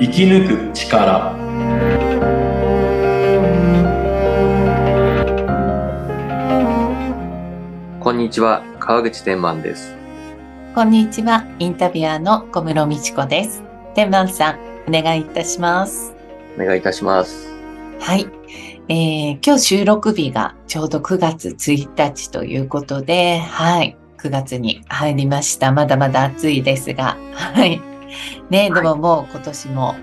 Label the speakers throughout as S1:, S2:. S1: 生き抜く力
S2: こんにちは、川口天満です。
S3: こんにちは、インタビュアーの小室美智子です。天満さん、お願いいたします。
S2: お願いいたします。
S3: はい、えー今日収録日がちょうど9月1日ということで、はい、9月に入りました。まだまだ暑いですが、はい。ね、でももう今年も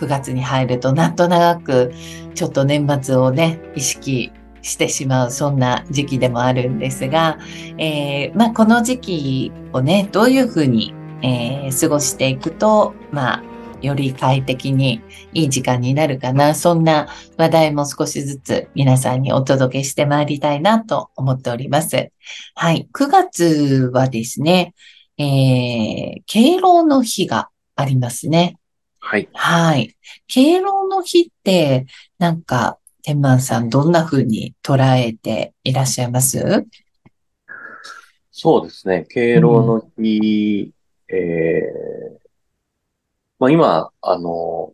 S3: 9月に入るとなんとなくちょっと年末をね、意識してしまうそんな時期でもあるんですが、えーまあ、この時期をね、どういうふうに、えー過ごしていくと、まあ、より快適にいい時間になるかな、そんな話題も少しずつ皆さんにお届けしてまいりたいなと思っております。はい。9月はですね、えー、敬老の日がありますね。
S2: はい。
S3: はい。敬老の日って、なんか、天満さんどんな風に捉えていらっしゃいます
S2: そうですね、敬老の日、えー、まあ今、あの、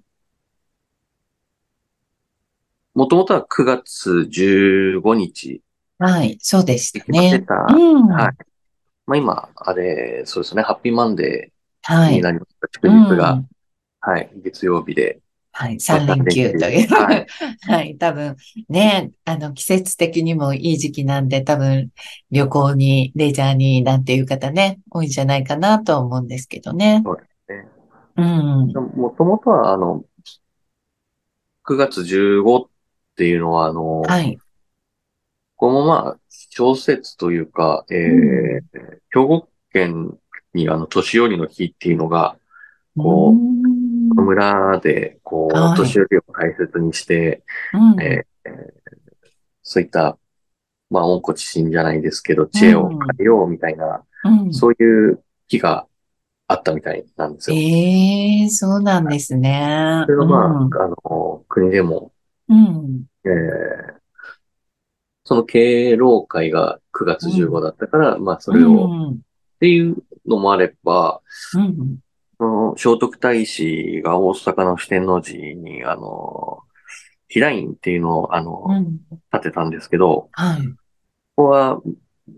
S2: もともとは9月15日
S3: はい。そうでした
S2: 決まって
S3: ね。
S2: た、
S3: うん。
S2: は
S3: はい
S2: まあ今、あれ、そうですね、ハッピーマンデーに
S3: い。
S2: なりました。祝日
S3: う
S2: が
S3: ん、
S2: はい、月曜日で。
S3: はい。3連休という。
S2: はい
S3: はい、多分ね、あの季節的にもいい時期なんで、多分旅行に、レジャーになんていう方ね、多いんじゃないかなと思うんですけどね。
S2: そうですね
S3: うん。
S2: もともとは、あの、9月15っていうのは、あの、
S3: はい。
S2: ここもまあ、小説というか、えー
S3: う
S2: 兵庫県にあの、年寄りの日っていうのが、こう
S3: うん
S2: 村で、こう、
S3: はい
S2: 年寄りを大切にして、
S3: うん
S2: えーえーそういった、まあ、温故知新じゃないですけど、知恵を変えようみたいな、
S3: うん
S2: そういう日があったみたいなんですよ。
S3: ええそうなんですね。
S2: それがまあ、
S3: うん
S2: あの、国でも、
S3: うん。
S2: えーその敬老会が9月15だったから、まあそれを、っ
S3: うん。
S2: ていうのもあれば、
S3: うん。
S2: その聖徳太子が大阪の四天王寺に、あの、飛来院っていうのを、あ
S3: う
S2: の、
S3: ん。
S2: 建てたんですけど、
S3: はい。
S2: ここは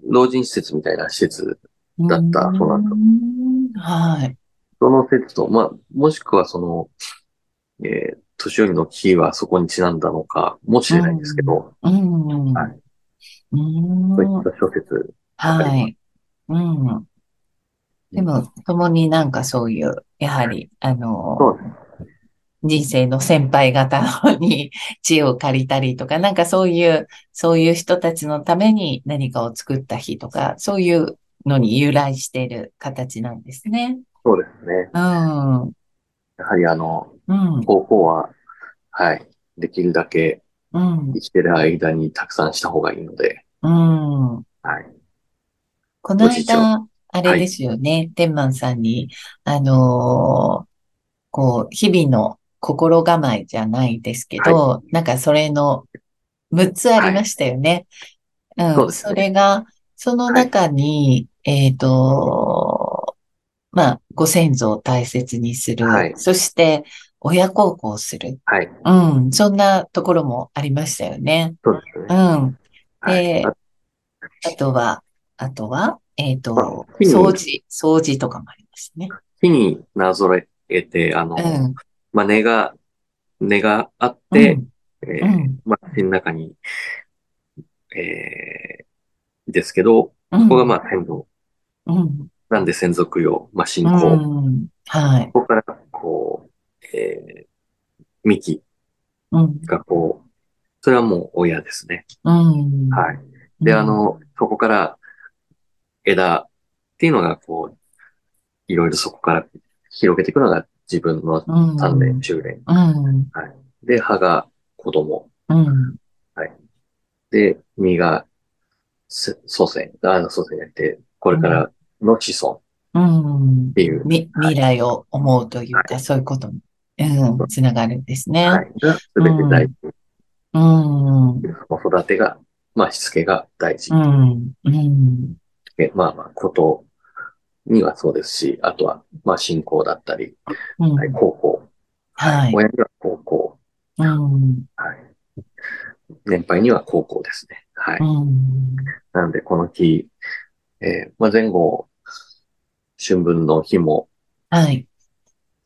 S2: 老人施設みたいな施設、だったそうなんです
S3: うんはい。
S2: その施設と、まあ、もしくはその、えー年寄りの日はそこにちなんだのか、もしれないんですけど、
S3: うん。
S2: は
S3: う
S2: そ
S3: ん。
S2: ういった諸説、
S3: はい。うん。でも、共になんかそういう、やはり、あ
S2: そ
S3: の
S2: う、
S3: 人生の先輩方に 知恵を借りたりとか、なんかそういう、そういう人たちのために何かを作った日とか、そういうのに由来している形なんですね。
S2: そうですね。
S3: うん。うん。
S2: やはりあの、
S3: うん。
S2: 方法は、はい。できるだけ
S3: うん
S2: 生。きてる間にたくさんした方がいいので、はい。
S3: この
S2: ご視聴
S3: 間、あれですよね、天満さんに、あのーこう、日々の心構えじゃないですけど、なんかそれの6つありましたよね。うん、
S2: そうですね
S3: れが、その中に、えっ、と、まあ、ご先祖を大切にする。
S2: はい
S3: そして、親孝行する。
S2: はい。
S3: うん、そんなところもありましたよね。
S2: そうですね。
S3: うん。
S2: はい。
S3: で
S2: あ
S3: あとは、あとは、えっ、と
S2: あ、日に
S3: 掃除、掃除とかもありますね。
S2: 火になぞらえて、あの、
S3: うん。
S2: まあ、根が、根があって、え
S3: う
S2: ー
S3: ん、
S2: まあ、土の中に、えー、ですけど、
S3: うん、
S2: ここがまあ、先祖、
S3: うん、
S2: なんで先祖供養、まあ、信
S3: う
S2: 仰。こ
S3: ん、はい。
S2: こから、こう、えー、幹
S3: うん、
S2: がこう、それはもう親ですね。
S3: うん。
S2: はい。で、あ、の、そこから枝っていうのが、こう、いろいろそこから広げていくのが自分の
S3: うん、
S2: 鍛錬、中錬。
S3: うん、
S2: で、葉が子供。
S3: うん、
S2: で、実がせ祖先。あ、祖先じゃなくて、これからの子孫っ
S3: うん。
S2: ていう。
S3: み、未来を思うというか、そういうことに、うん、つながるんですね。
S2: はい。が、すべて大事。
S3: うん、うん、
S2: 子育てが、まあ、しつけが大事。
S3: うん、
S2: でまあまあ、ことにはそうですし、あとは、まあ、信仰だったり、
S3: うん
S2: はい、高校
S3: はい。
S2: 親には高校、
S3: うん。
S2: 年配には高校ですね。はい。
S3: うん。
S2: なんで、この日、えーまあ、前後、春分の日も、
S3: はい。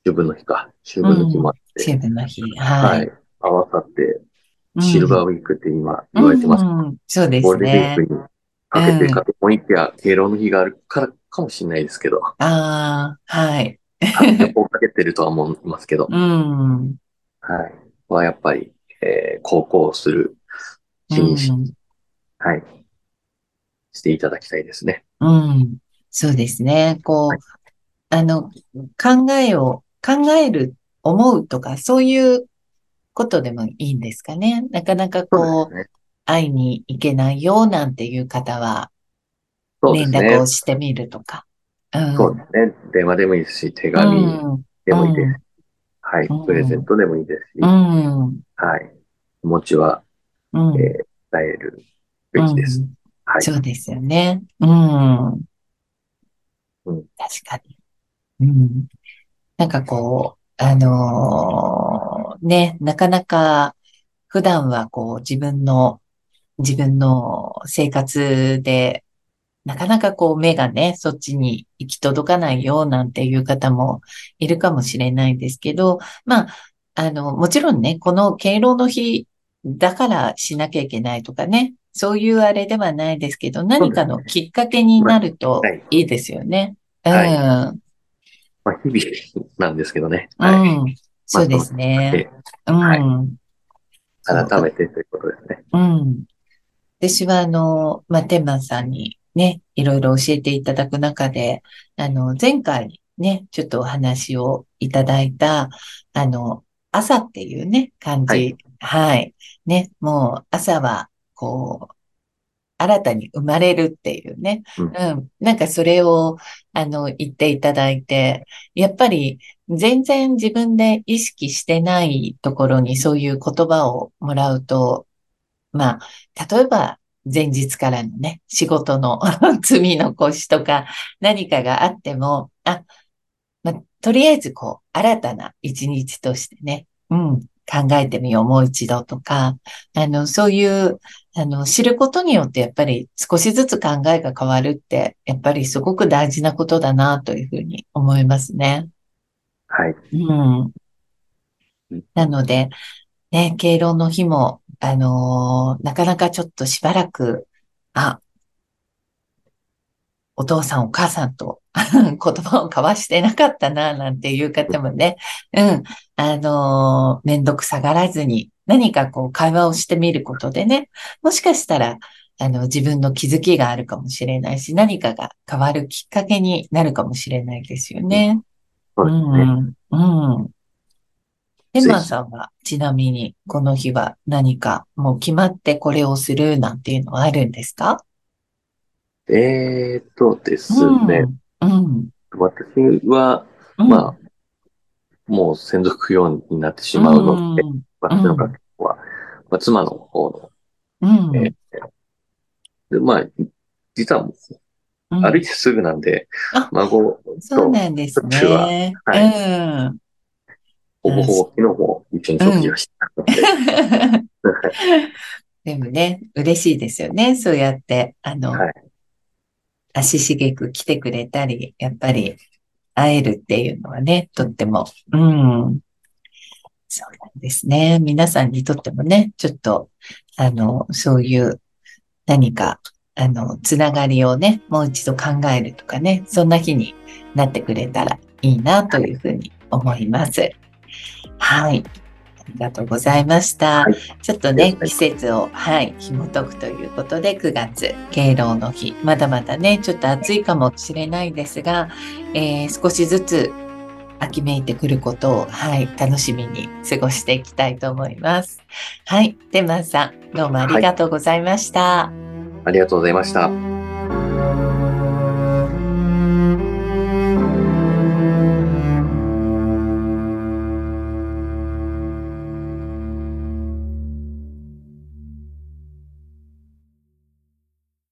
S2: 秋分の日か、秋分の日もあって、
S3: セブンの日。
S2: は。
S3: はい
S2: 合わさって、
S3: い。
S2: シルバーウィークって今言われてます。
S3: うんうんそうで
S2: ゴー
S3: す
S2: ルデンウィー
S3: ね
S2: ク。にかけ
S3: う
S2: て
S3: ん
S2: かと思いきや、敬老の日があるからかもしれないですけど、
S3: ああ、はい。
S2: 旅行かけてるとは思いますけ ど、
S3: うん。
S2: はい。はやっぱり、えー、高校する日にし、
S3: うん
S2: はい。していただきたいですね。
S3: うん。そうですね。こう、あの、考えを、考える、思うとか、そういうことでもいいんですかね。なかなかこう、
S2: ね。
S3: 会いに行けないよなんていう方は、
S2: そうで
S3: 連
S2: す
S3: 絡
S2: ね
S3: を。してみるとか。うん。
S2: そうですね。電話でもいいですし、手
S3: う
S2: 紙
S3: ん。
S2: でもいいです。は
S3: うん
S2: い。プレゼントでもいいですし、
S3: う
S2: は
S3: ん。
S2: い。気持ちは、
S3: うん。
S2: えー伝えるべきです。
S3: うん
S2: はい。
S3: そうですよね。うん。
S2: うん
S3: 確かに。うん。なんかこう、あのーね、なかなか普段はこう自分の、自分の生活で、なかなかこう目がね、そっちに行き届かないよなんていう方もいるかもしれないんですけど、まあ、あの、もちろんね、この敬老の日だからしなきゃいけないとかね、そういうあれではないですけど、何かのきっかけになると
S2: はい
S3: いいですよね。
S2: は
S3: うん。
S2: まあ、日々なんですけどね。はい。
S3: うん。そうですね。うん。
S2: はい
S3: そう
S2: 改めてということですね。
S3: うん。私は、あの、まあ、天満さんにね、いろいろ教えていただく中で、あの、前回ね、ちょっとお話をいただいた、あの、朝っていうね、感じ。はい。ね、もう朝は、こう、新たに生まれるっていうね。
S2: うん
S3: うん。なんかそれを、あの、言っていただいて、やっぱり全然自分で意識してないところにそういう言葉をもらうと、まあ、例えば前日からのね、仕事の 積み残しとか何かがあっても、あ、まあ、とりあえずこう、新たな一日としてね、うん、考えてみよう、もう一度とか、あの、そういう、あの、知ることによってやっぱり少しずつ考えが変わるって、やっぱりすごく大事なことだなというふうに思いますね。
S2: はい。
S3: うん。なので、ね、敬老の日も、あのーなかなかちょっとしばらく、あ、お父さんお母さんと 言葉を交わしてなかったな、なんていう方もね、うん、あのーめんどくさがらずに、何かこう会話をしてみることでね、もしかしたら、あの、自分の気づきがあるかもしれないし、何かが変わるきっかけになるかもしれないですよね。
S2: そうですね。
S3: うんうん。エ
S2: ぜひ
S3: マンさんは、ちなみに、この日は何か、もう決まってこれをするなんていうのはあるんですか
S2: えーっとですね。。
S3: うん。
S2: 私は、
S3: うん、
S2: まあ、もう専属業になってしまうので、私の学校は、まあ、妻の方の、
S3: うん、うん。
S2: えでまあ、実はもう
S3: うん
S2: 歩いてすぐなんで
S3: あ、
S2: 孫
S3: そう
S2: と
S3: なんです
S2: そっちは
S3: ね。
S2: は
S3: う
S2: ほ
S3: ん。
S2: ぼほぼ昨日も一緒に食事をしたので、
S3: でもね、嬉しいですよね。そうやって、あの、
S2: はい
S3: 足しげく来てくれたり、やっぱり会えるっていうのはね、とっても、うん。そうなんですね。皆さんにとってもね、ちょっと、あの、そういう何か、あの、つながりをね、もう一度考えるとかね、そんな日になってくれたらいいなというふうに思います。はい。ありがとうございました。
S2: はい
S3: ちょっと
S2: あり
S3: ね、
S2: がとうございま
S3: 季
S2: す
S3: 節を、はい、紐解くということで、9月、敬老の日。まだまだね、ちょっと暑いかもしれないですが、えー少しずつ秋めいてくることを、はい、楽しみに過ごしていきたいと思います。はい、テマンさん、どうもありがとうございました。
S2: ありがとうございました。